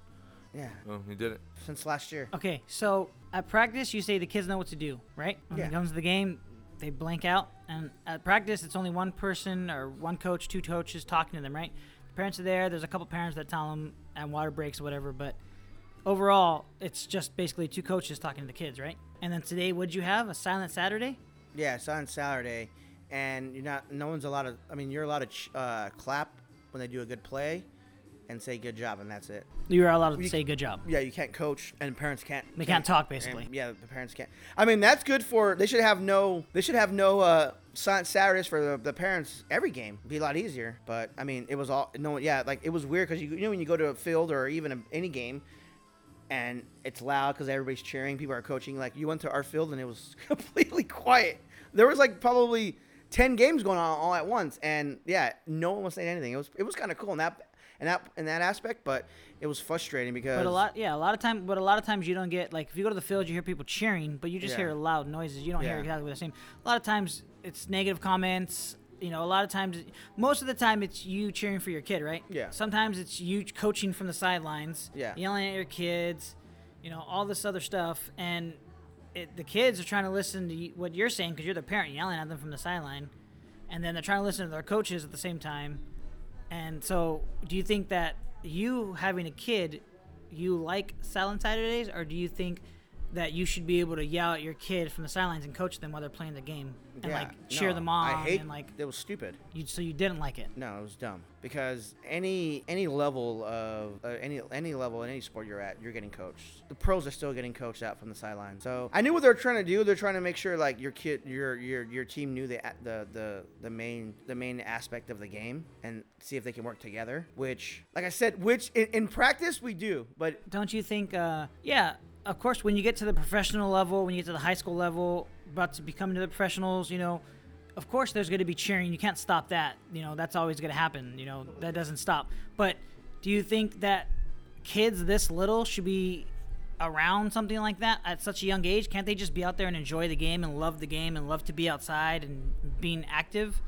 yeah,
Boom, he did it.
since last year.
Okay, so at practice, you say the kids know what to do, right? When
Yeah.
it comes to the game, they blank out. And at practice, it's only one person or one coach, two coaches talking to them, right? parents are there. There's a couple parents that tell them and water breaks or whatever. But overall, it's just basically two coaches talking to the kids, right? And then today, what'd you have? A silent Saturday?
Yeah, it's on Saturday, and you're not. No one's allowed to. I mean, you're allowed to ch- uh, clap when they do a good play, and say good job, and that's it.
You were allowed to
You-
say good job.
Yeah, you can't coach, and parents can't.
They can't talk, basically.
And, yeah, the parents can't. I mean, that's good for. They should have no. They should have no uh, Sa- Saturdays for the, the parents. Every game It'd be a lot easier. But I mean, it was all no. Yeah, like it was weird because you, you know when you go to a field or even a, any game. And it's loud because everybody's cheering. People are coaching. Like you went to our field and it was completely quiet. There was like probably ten games going on all at once, and yeah, no one was saying anything. It was it was kind of cool in that in that in that aspect, but it was frustrating because
But a lot, yeah, a lot of time. But a lot of times you don't get like if you go to the field, you hear people cheering, but you just
Yeah.
hear loud noises. You don't hear
Yeah.
exactly the same. A lot of times it's negative comments. You know, a lot of times, most of the time it's you cheering for your kid, right?
Yeah.
Sometimes it's you coaching from the sidelines.
Yeah.
Yelling at your kids, you know, all this other stuff, and it, the kids are trying to listen to you, what you're saying because you're the parent yelling at them from the sideline, and then they're trying to listen to their coaches at the same time. And so, do you think that you having a kid, you like silent Saturdays, or do you think that you should be able to yell at your kid from the sidelines and coach them while they're playing the game and
Yeah,
like cheer
no,
them on
I hate
and like
it was stupid.
you? So you didn't like it.
No, it was dumb because any any level of uh, any any level in any sport you're at, you're getting coached. The pros are still getting coached out from the sideline. So I knew what they were trying to do. They're trying to make sure like your kid, your your your team knew the the the, the main the main aspect of the game and see if they can work together. Which, like I said, which in, in practice we do, but
Don't you think? Uh, yeah, of course. When you get to the professional level, when you get to the high school level, about to become the professionals, you know, of course there's going to be cheering. You can't stop that. You know, that's always going to happen. You know, that doesn't stop. But do you think that kids this little should be around something like that at such a young age? Can't they just be out there and enjoy the game and love the game and love to be outside and being active?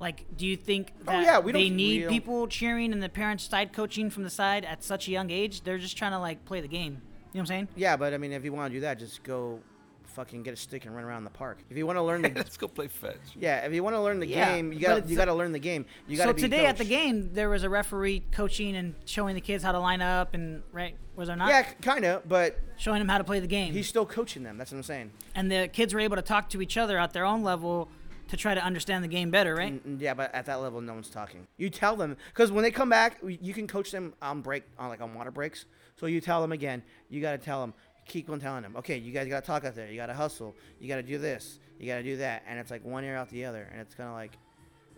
Like, do you think that
Oh, yeah, we don't-
they need
we don't-
people cheering and the parents side coaching from the side at such a young age? They're just trying to like play the game. You know what I'm saying?
yeah, but I mean, if you want to do that, just go fucking get a stick and run around the park. If you want to learn the
Let's go play fetch.
Yeah, if you want to learn the
Yeah,
game, you
but
got
it's
you
a-
got to learn the game. You got
So
to be
today at the
coached.
game, there was a referee coaching and showing the kids how to line up and right was there not?
Yeah, kind of, but
Showing them how to play the game.
he's still coaching them. That's what I'm saying.
and the kids were able to talk to each other at their own level to try to understand the game better, right?
Mm, Yeah, but at that level, no one's talking. You tell them because when they come back, y- you can coach them on break, on like on water breaks. So you tell them again. You got to tell them. Keep on telling them. Okay, you guys got to talk out there. You got to hustle. You got to do this. You got to do that. And it's like one ear out the other, and it's kind of like,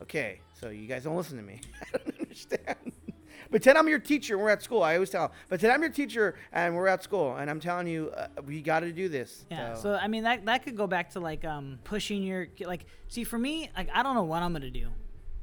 okay, so you guys don't listen to me. I don't understand. Pretend I'm your teacher. We're at school. I always tell. Pretend I'm your teacher, and we're at school, and I'm telling you, uh, we got to do this.
Yeah. So I mean that that could go back to like um pushing your ki- like see for me like I don't know what I'm gonna do,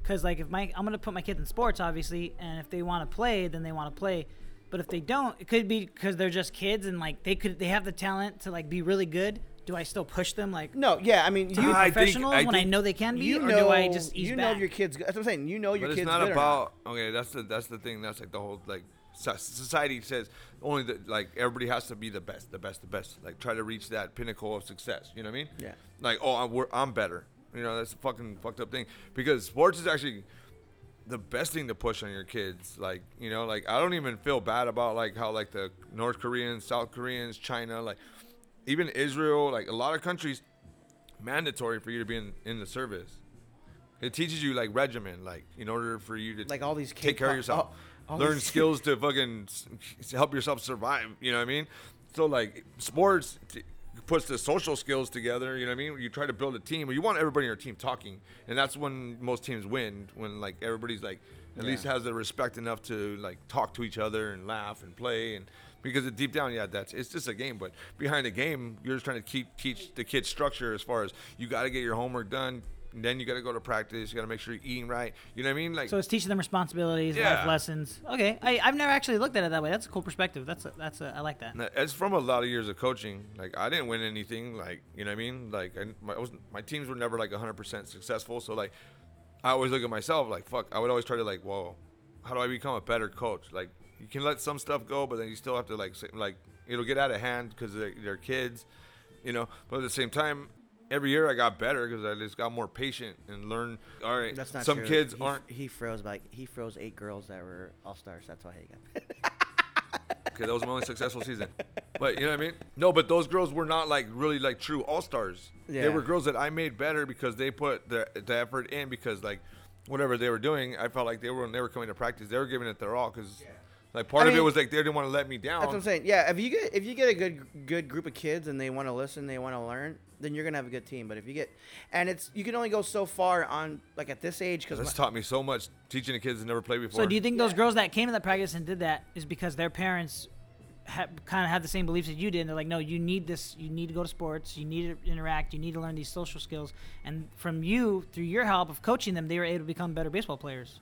cause like if my I'm gonna put my kids in sports obviously, and if they want to play then they want to play, but if they don't it could be because they're just kids and like they could they have the talent to like be really good. Do I still push them like
no, yeah, I mean, you,
I think-
professionals
I
when I
think
know they can be,
you
or
know,
do I just ease
you
back?
know your kids. That's what I'm saying. You know your
But
kids.
it's not
good or
about okay. That's the that's the thing. That's like the whole like so- society says only that like everybody has to be the best, the best, the best. Like try to reach that pinnacle of success. You know what I mean?
Yeah.
Like oh, I'm we're, I'm better. You know that's a fucking fucked up thing because sports is actually the best thing to push on your kids. Like you know like I don't even feel bad about like how like the North Koreans, South Koreans, China, like even Israel, like a lot of countries mandatory for you to be in, in the service. It teaches you like regimen, like in order for you to
Like all these
take care
K-pop-
of yourself,
all- all
learn
these-
skills to fucking s- s- help yourself survive. You know what I mean? So like sports t- puts the social skills together. You know what I mean? You try to build a team, or you want everybody on your team talking, and that's when most teams win. When like everybody's like at least has the respect enough to like talk to each other and laugh and play and. Because it- deep down, yeah, that's it's just a game. But behind the game, you're just trying to keep teach the kids structure as far as you got to get your homework done Then you got to go to practice. You got to make sure you're eating right. You know what I mean? Like
So it's teaching them responsibilities,
Yeah.
life lessons. Okay, I, I've never actually looked at it that way. That's a cool perspective. That's a, that's a, I like that.
No, It's from a lot of years of coaching. Like I didn't win anything. Like you know what I mean. Like I, my, I was, my teams were never like 100% successful. So like I always look at myself like fuck. I would always try to like whoa, how do I become a better coach? Like you can let some stuff go, but then you still have to like say, like it'll get out of hand because they're, they're kids, you know. But at the same time. Every year I got better because I just got more patient and learned. All right,
That's not
some
true.
kids
He-
aren't
He froze like he froze eight girls that were all stars. That's why he got.
Okay, that was my only successful season. But you know what I mean? No, but those girls were not like really like true all stars. They
Yeah.
were girls that I made better because they put the, the effort in because like whatever they were doing, I felt like they were when they were coming to practice, they were giving it their all because like part
I
of it
mean-
was like they didn't want to let me down.
That's what I'm saying. Yeah, if you get if you get a good good group of kids and they want to listen, they want to learn, then you're gonna have a good team. But if you get, and it's you can only go so far on like at this age
That's
because
taught me so much teaching the kids that never played before.
So do you think those girls that came to that practice and did that is because their parents ha- kind of had the same beliefs that you did? And they're like, no, you need this. You need to go to sports. You need to interact. You need to learn these social skills. And from you, through your help of coaching them, they were able to become better baseball players,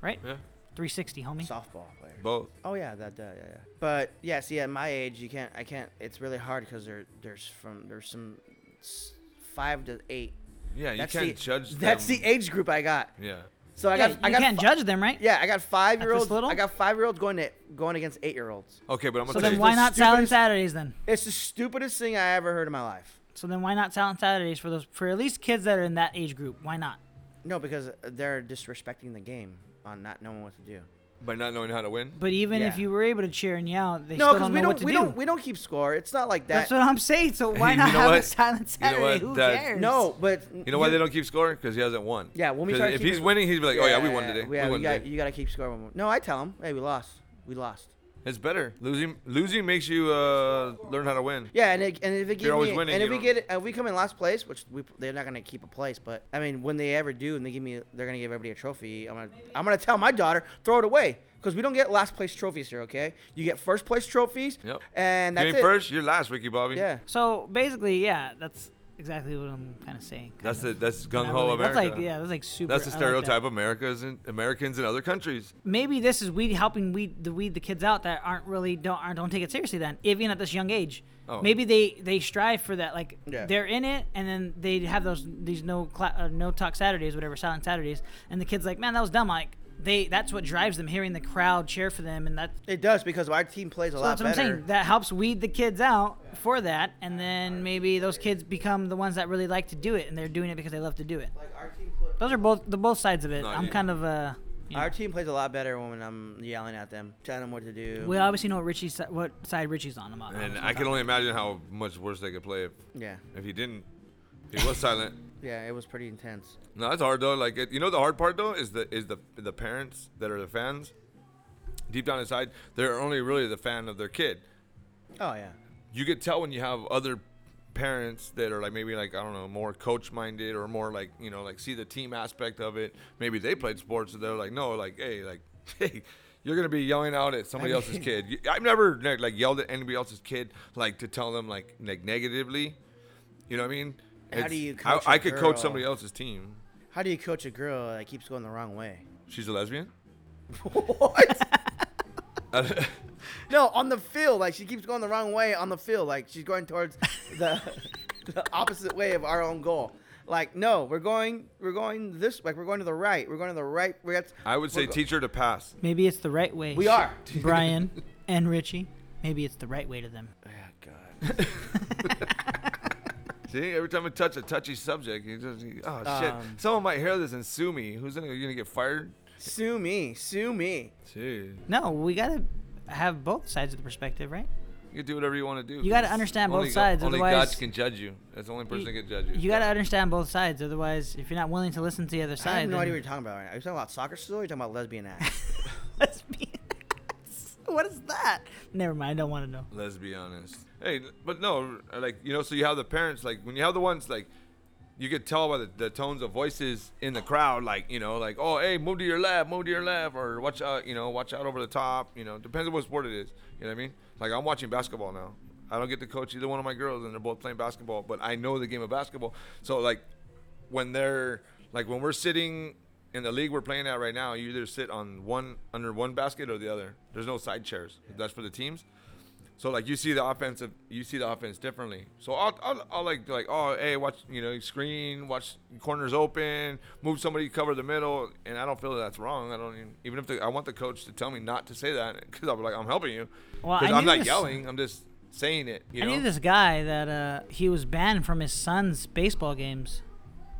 right?
Yeah.
360, homie.
softball player.
both?
Oh yeah, that, that yeah, yeah. But yeah, see, at my age, you can't. I can't. It's really hard because there there's from there's some s- five to eight.
Yeah, you
That's
can't
the,
judge.
That's
them.
the age group I got.
yeah.
So I
yeah,
got.
you
I got
can't
fi-
judge them, right?
Yeah, I got five year olds.
little?
I got five year olds going to going against eight year olds.
Okay, but I'm gonna
So
tell
then
you
why
this.
not Silent Saturdays then?
It's the stupidest thing I ever heard in my life.
So then why not Silent Saturdays for those for at least kids that are in that age group? Why not?
No, because they're disrespecting the game on not knowing what to do.
by not knowing how to win.
But even if
Yeah.
you were able to cheer and yell, they
No,
still
because
don't
we
know
don't
what to
we
do.
don't we don't keep score. It's not like that.
That's what I'm saying. So why
You
not
know
have a
what?
Silent
You know
Saturday?
what?
Who
That-
cares?
no, but
You know why they don't keep score? Because he hasn't won.
Yeah, when we
'Cause
started
if he's
keeping-
winning, he'd be like, "Oh yeah, we won today.
Yeah,
we
you
won today."
got you got to keep score. When we, no, I tell them, hey, we lost. We lost.
It's better. Losing losing makes you uh, learn how to win.
Yeah, and, it, and if it give
always
me,
winning,
and
you
if we
don't-
get it, if we come in last place, which we, they're not gonna keep a place, but I mean, when they ever do, and they give me, they're gonna give everybody a trophy. I'm gonna I'm gonna tell my daughter throw it away because we don't get last place trophies here. Okay, you get first place trophies.
Yep.
And that's
you ain't
it.
first, you're last, Ricky Bobby.
Yeah.
So basically, yeah, that's exactly what I'm kind of saying. kind
That's
of.
the that's
Not
gung ho
really-
America.
That's like yeah, that's like super.
That's the
I like
stereotype
that.
of America's and Americans in other countries.
Maybe this is weed helping weed the weed the kids out that aren't really don't aren't don't take it seriously then even at this young age.
Oh.
Maybe they they strive for that like
Yeah.
they're in it and then they have those these no cla- uh, no talk Saturdays whatever silent Saturdays and the kids like man that was dumb like they that's what drives them hearing the crowd cheer for them and that's
It does because our team plays a lot
That's what I'm
better.
saying. That helps weed the kids out for that, and then maybe those kids become the ones that really like to do it, and they're doing it because they love to do it. Those are both the both sides of it.
No,
I'm
yeah.
kind of uh. you know.
Our team plays a lot better when I'm yelling at them, telling them what to do.
we obviously know what Richie's si- what side Richie's on. I'm on.
And I can only imagine how much worse they could play if,
yeah,
if he didn't. If he was silent.
yeah, it was pretty intense.
No, that's hard though. Like it, you know, the hard part though is the is the the parents that are the fans. Deep down inside, they're only really the fan of their kid.
Oh yeah,
you could tell when you have other parents that are like maybe like I don't know more coach minded or more like you know like see the team aspect of it. Maybe they played sports, so they're like no, like hey, like hey, you're gonna be yelling out at somebody else's kid. You- I've never like, like yelled at anybody else's kid like to tell them like like negatively. You know what I mean?
How do you
I-
coach
I,
a
could
girl?
coach somebody else's team.
how do you coach a girl that keeps going the wrong way?
She's a lesbian.
what?
I
No, on the field, like she keeps going the wrong way on the field, like she's going towards the, the opposite way of our own goal. Like no, we're going, we're going this, like we're going to the right, we're going to the right. We have to,
would say teach her to pass.
Maybe it's the right way.
we are.
Brian and Richie. Maybe it's the right way to them.
See, every time I touch a touchy subject, you just oh
Um,
shit. Someone might hear this and sue me. Who's gonna, you gonna get fired?
Sue me, sue me.
Dude,
No, we gotta have both sides of the perspective, right?
you can do whatever you want to do.
You gotta
'cause
understand both
only Go-
sides,
Only
otherwise-
God can judge you. That's the only person
You-
that can judge you.
You gotta understand both sides. Otherwise, if you're not willing to listen to the other side,
I have no
then-
idea what you're talking about right now. Are you talking about soccer still? Or are you talking about lesbian ass?
Lesbian. what is that? Never mind. I don't want to know.
Let's be honest. Hey, but no, like you know, so you have the parents. Like when you have the ones like, you could tell by the, the tones of voices in the crowd. Like you know, like oh hey, move to your left, move to your left, or watch out, you know, watch out over the top. You know, depends on what sport it is. You know what I mean? Like I'm watching basketball now. I don't get to coach either one of my girls, and they're both playing basketball, but I know the game of basketball. So like when they're like when we're sitting in the league we're playing at right now, you either sit on one under one basket or the other. There's no side chairs. That's for the teams. So like you see the offensive, you see the offense differently. So I'll, I'll, I'll like be like oh hey watch you know screen watch corners open move somebody cover the middle and I don't feel that that's wrong. I don't even, even if the, I want the coach to tell me not to say that because I'm like I'm helping you
Well, I
because I'm
knew
not
this-
yelling. I'm just saying it. You
I
know?
knew this guy that uh, he was banned from his son's baseball games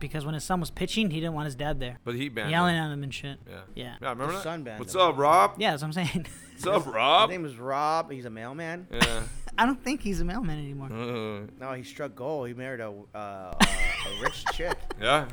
because when his son was pitching, he didn't want his dad there.
But he banned
yelling
him.
at him and shit.
Yeah.
Yeah.
Yeah, remember
The
that?
sun banned
What's
him.
up, Rob?
Yeah, that's what I'm saying.
What's up,
His
Rob?
name was Rob. He's a mailman.
Yeah.
I don't think he's a mailman anymore.
Uh,
No, he struck gold. He married a uh, a rich chick.
yeah.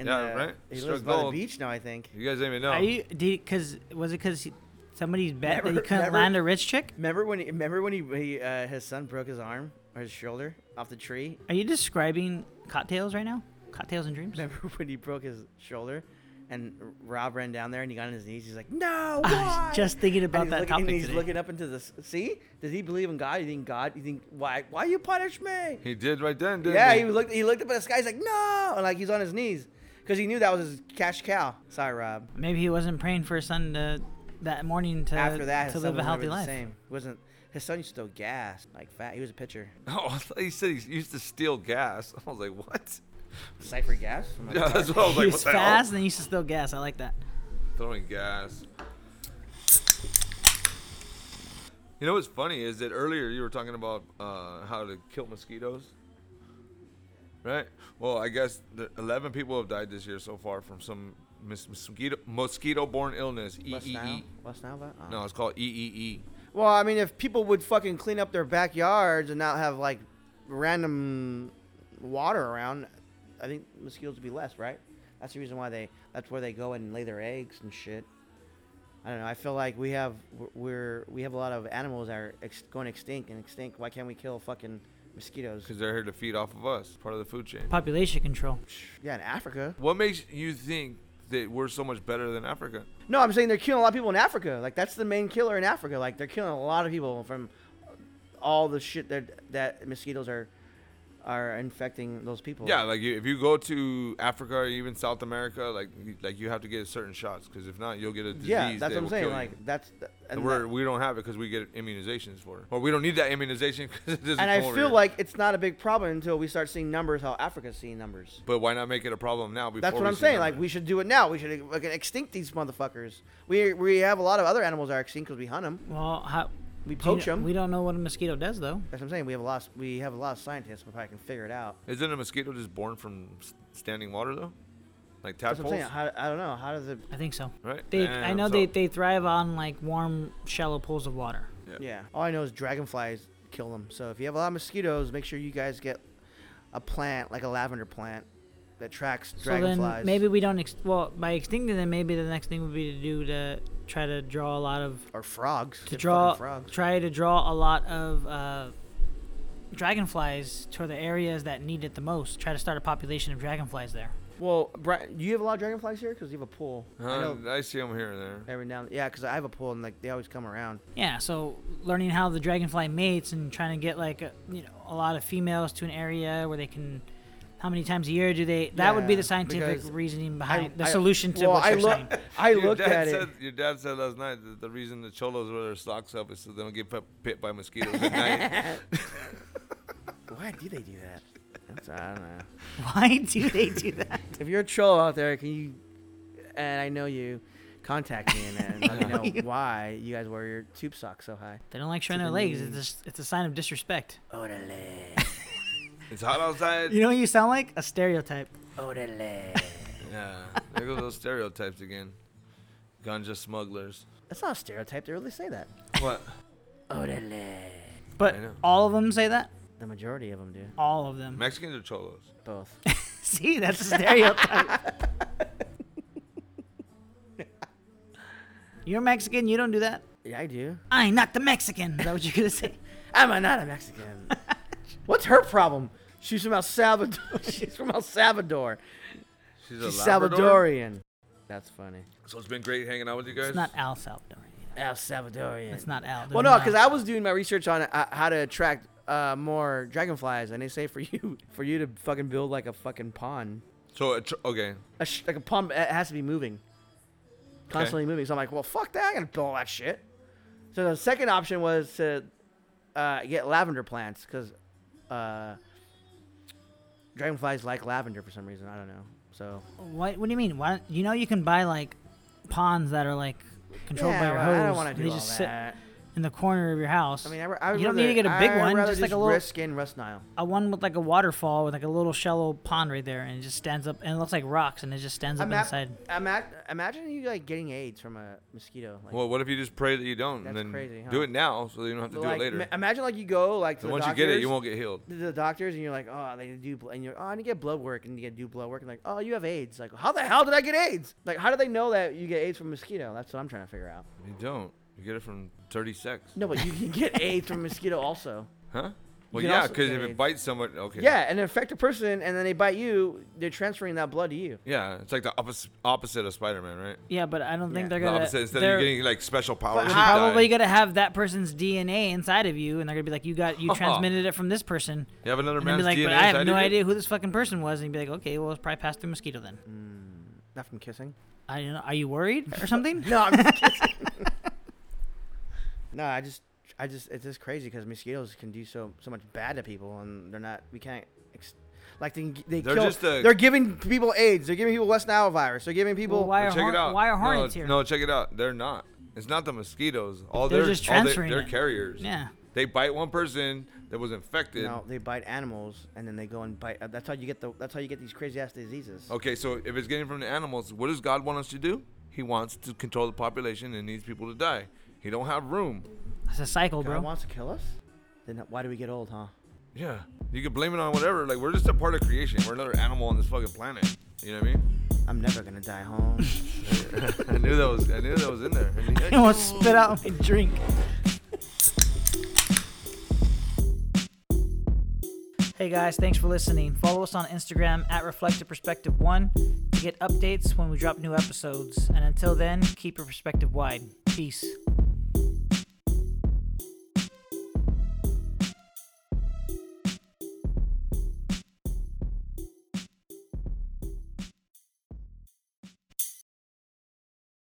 in
yeah,
the-
right?
uh, He
Struck
lives by the
gold.
beach now, I think.
You guys didn't even know.
Are you? Did because was it because somebody's bet that
Never-
he couldn't
never-
land a rich chick?
Remember when? He, remember when he, he uh, his son broke his arm or his shoulder off the tree?
Are you describing cocktails right now? Cocktails and dreams.
Remember when he broke his shoulder, and R- Rob ran down there and he got on his knees. He's like, "No, why?"
just thinking
And
about
he's
that
looking, and
topic
he's
today.
looking up into the s- see. Does he believe in God? You think God? You think why? Why you punish me?
he did right then, didn't
Yeah,
he?
he looked. He looked up at the sky. He's like, "No!" And like he's on his knees because he knew that was his cash cow. Sorry, Rob.
Maybe he wasn't praying for his son to, that morning to
After that,
to
his son
live
was
a
never
healthy
the
life.
same. He wasn't his son used to throw gas like fat? He was a pitcher.
Oh, I thought he said he used to steal gas. I was like, what?
Cipher gas. From my
Yeah,
car.
that's what I was
He
like.
was
What the
fast
hell?
and he used to still gas. I like that.
Throwing gas. You know what's funny is that earlier you were talking about uh, how to kill mosquitoes, right? Well, I guess the 11 people have died this year so far from some mis- mosquito mosquito-borne illness.
What's now?
EEE.
What's now? About? Oh.
No, it's called E EEE.
Well, I mean, if people would fucking clean up their backyards and not have like random water around, I think mosquitoes would be less, right? That's the reason why they. That's where they go and lay their eggs and shit. I don't know. I feel like we have we're we have a lot of animals that are ex- going extinct and extinct. Why can't we kill fucking mosquitoes?
Because they're here to feed off of us, part of the food chain.
Population control.
Yeah, in Africa.
What makes you think that we're so much better than Africa?
No, I'm saying they're killing a lot of people in Africa. Like that's the main killer in Africa. Like they're killing a lot of people from all the shit that that mosquitoes are are infecting those people.
Yeah, like you, if you go to Africa or even South America, like you- like you have to get certain shots because if not, you'll get a disease.
yeah, that's
that
what I'm
will
saying.
kill you.
Like that's th-
And
and,
we're,
that-
we don't have it because we get immunizations for it, or we don't need that immunization because it doesn't.
and
come
I
over
feel
here.
like it's not a big problem until we start seeing numbers how Africa's seeing numbers.
But why not make it a problem now? Before
That's what
we
I'm
see
saying.
them?
Like we should do it now. We should like, extinct these motherfuckers. We we have a lot of other animals that are extinct because we hunt them.
Well, how,
We
do you
poach
kn-
them.
We don't know what a mosquito does though.
That's what I'm saying. We have a lot. of- We have a lot of scientists. We probably can figure it out.
isn't a mosquito just born from s- standing water though, like
That's what
tadpoles,
I'm saying. How, I don't know. How does it?
I think so.
right?
They, I
Damn,
know
so-
they, they thrive on like warm, shallow pools of water.
Yeah. All I know is dragonflies kill them. So if you have a lot of mosquitoes, make sure you guys get a plant like a lavender plant that tracks
So
dragonflies.
then maybe we don't. Ex- well, by extincting them, maybe the next thing would be to do to try to draw a lot of
or frogs.
to
Get fucking
draw
frogs.
try to draw a lot of uh, dragonflies toward the areas that need it the most. Try to start a population of dragonflies there.
Well, Brian, do you have a lot of dragonflies here? Because you have a pool. I
Huh,
know
I, see them here and there.
every now. And, yeah, because I have a pool and like they always come around.
Yeah, so learning how the dragonfly mates and trying to get like a, you know a lot of females to an area where they can. How many times a year do they? That would be
Yeah,
the scientific
because
reasoning behind the
I-
solution to
well,
what
I
you're
look-
saying.
I
Your
looked
dad
at
said,
it.
Your dad said last night that the reason the cholos wear their socks up is so they don't get pit, bit by mosquitoes at night.
Why do they do that? That's, I don't know.
Why do they do that?
If you're a troll out there, can you? And I know you. Contact me and, and let me know why you guys wear your tube socks so high.
They don't like showing their legs. It's just, it's a sign of disrespect.
Orale,
It's hot outside.
You know what you sound like? A stereotype.
orale.
Yeah, there go those stereotypes again. Ganja smugglers.
That's not a stereotype. They really say that.
What?
Orale.
But
I know.
all of them say that.
The majority of them do.
All of them.
Mexicans or cholos?
Both.
See, that's a stereotype. You're Mexican. You don't do that.
yeah, I do.
I'm not the Mexican. Is that what you're gonna say?
I'm a- not a Mexican. What's her problem? She's from El Salvador. She's from El Salvador.
She's
She's
Labrador?
Salvadorian. That's funny.
So it's been great hanging out with you guys.
It's not Al Salvador.
El Salvadorian.
It's not Al.
Well, no, because I was doing my research on uh, how to attract uh, more dragonflies, and they say for you for you to fucking build like a fucking pond.
So a tr- okay,
A sh- like a pump, it has to be moving, constantly moving. So I'm like, well, fuck that, I'm gonna build all that shit. So the second option was to uh, get lavender plants because uh, dragonflies like lavender for some reason. I don't know. So
What? What do you mean? Why? You know, you can buy like ponds that are like controlled by
Yeah,
your
well,
hose.
I don't want to
and
do
they
all
just
that.
sit in the corner of your house.
I mean, I, I would
you don't
rather,
need to get a big
I'd
one.
rather
Just like a little,
risk in Rust Nile.
a one with like a waterfall with like a little shallow pond right there, and it just stands up and it looks like rocks, and it just stands up
Ima-
inside.
ima- imagine you like getting AIDS from a mosquito. Like,
well, what if you just pray that you don't,
That's
and then
crazy, huh?
do it now so that you don't have to do
like,
it later.
ma- imagine like you go like to
and
the
once
doctors,
you get it, you won't get healed.
to the doctors and you're like, oh, they do, bl- and you're, oh, I need to get blood work, and you get do blood work, and like, oh, you have AIDS. Like, how the hell did I get AIDS? Like, how do they know that you get AIDS from mosquito? That's what I'm trying to figure out.
You don't. You get it from dirty sex,
No, but you can get AIDS from mosquito also.
huh? Well,
can
yeah,
also
because
get
if it
AIDS.
bites someone, okay.
Yeah, and infect a person, and then they bite you. They're transferring that blood to you.
Yeah, it's like the opposite opposite of Spider-Man, right?
Yeah, but I don't
Yeah.
think they're
The
gonna.
opposite. Instead
uh, they're
of you getting like special powers, you
how-
die.
probably gonna have that person's DNA inside of you, and they're gonna be like, "You got you transmitted it from this person."
You have another
And they'd
man's
be like,
DNA
"But I have
inside
no
of you?
idea who this fucking person was," and you'd be like, "Okay, well, it's probably passed through mosquito then."
Not from kissing.
I don't know. Are you worried or something?
No, I'm just kidding. no, I just, I just, it's just crazy because mosquitoes can do so so much bad to people, and they're not. We can't. Ex- like they, can- they
They're
kill.
just a-
they're giving people AIDS. They're giving people West Nile virus. They're giving people.
Well, why are
But check it
horn-
out.
why are
No,
hornets here?
No, check it out. They're not. It's not the mosquitoes. All
They're
they're,
just
all
transferring
they, are
it.
carriers.
Yeah.
They bite one person that was infected.
No, they bite animals, and then they go and bite. uh, That's how you get the. That's how you get these crazy ass diseases.
Okay, so if it's getting from the animals, what does God want us to do? He wants to control the population and needs people to die. He don't have room.
It's a cycle,
God
bro.
wants to kill us. Then why do we get old, huh?
Yeah. You can blame it on whatever. Like we're just a part of creation. We're another animal on this fucking planet. You know what I mean?
I'm never gonna die home.
I knew that was I knew that was in there.
I almost spit out my drink. Hey guys, thanks for listening. Follow us on Instagram at Reflective Perspective One to get updates when we drop new episodes. And until then, keep your perspective wide. Peace.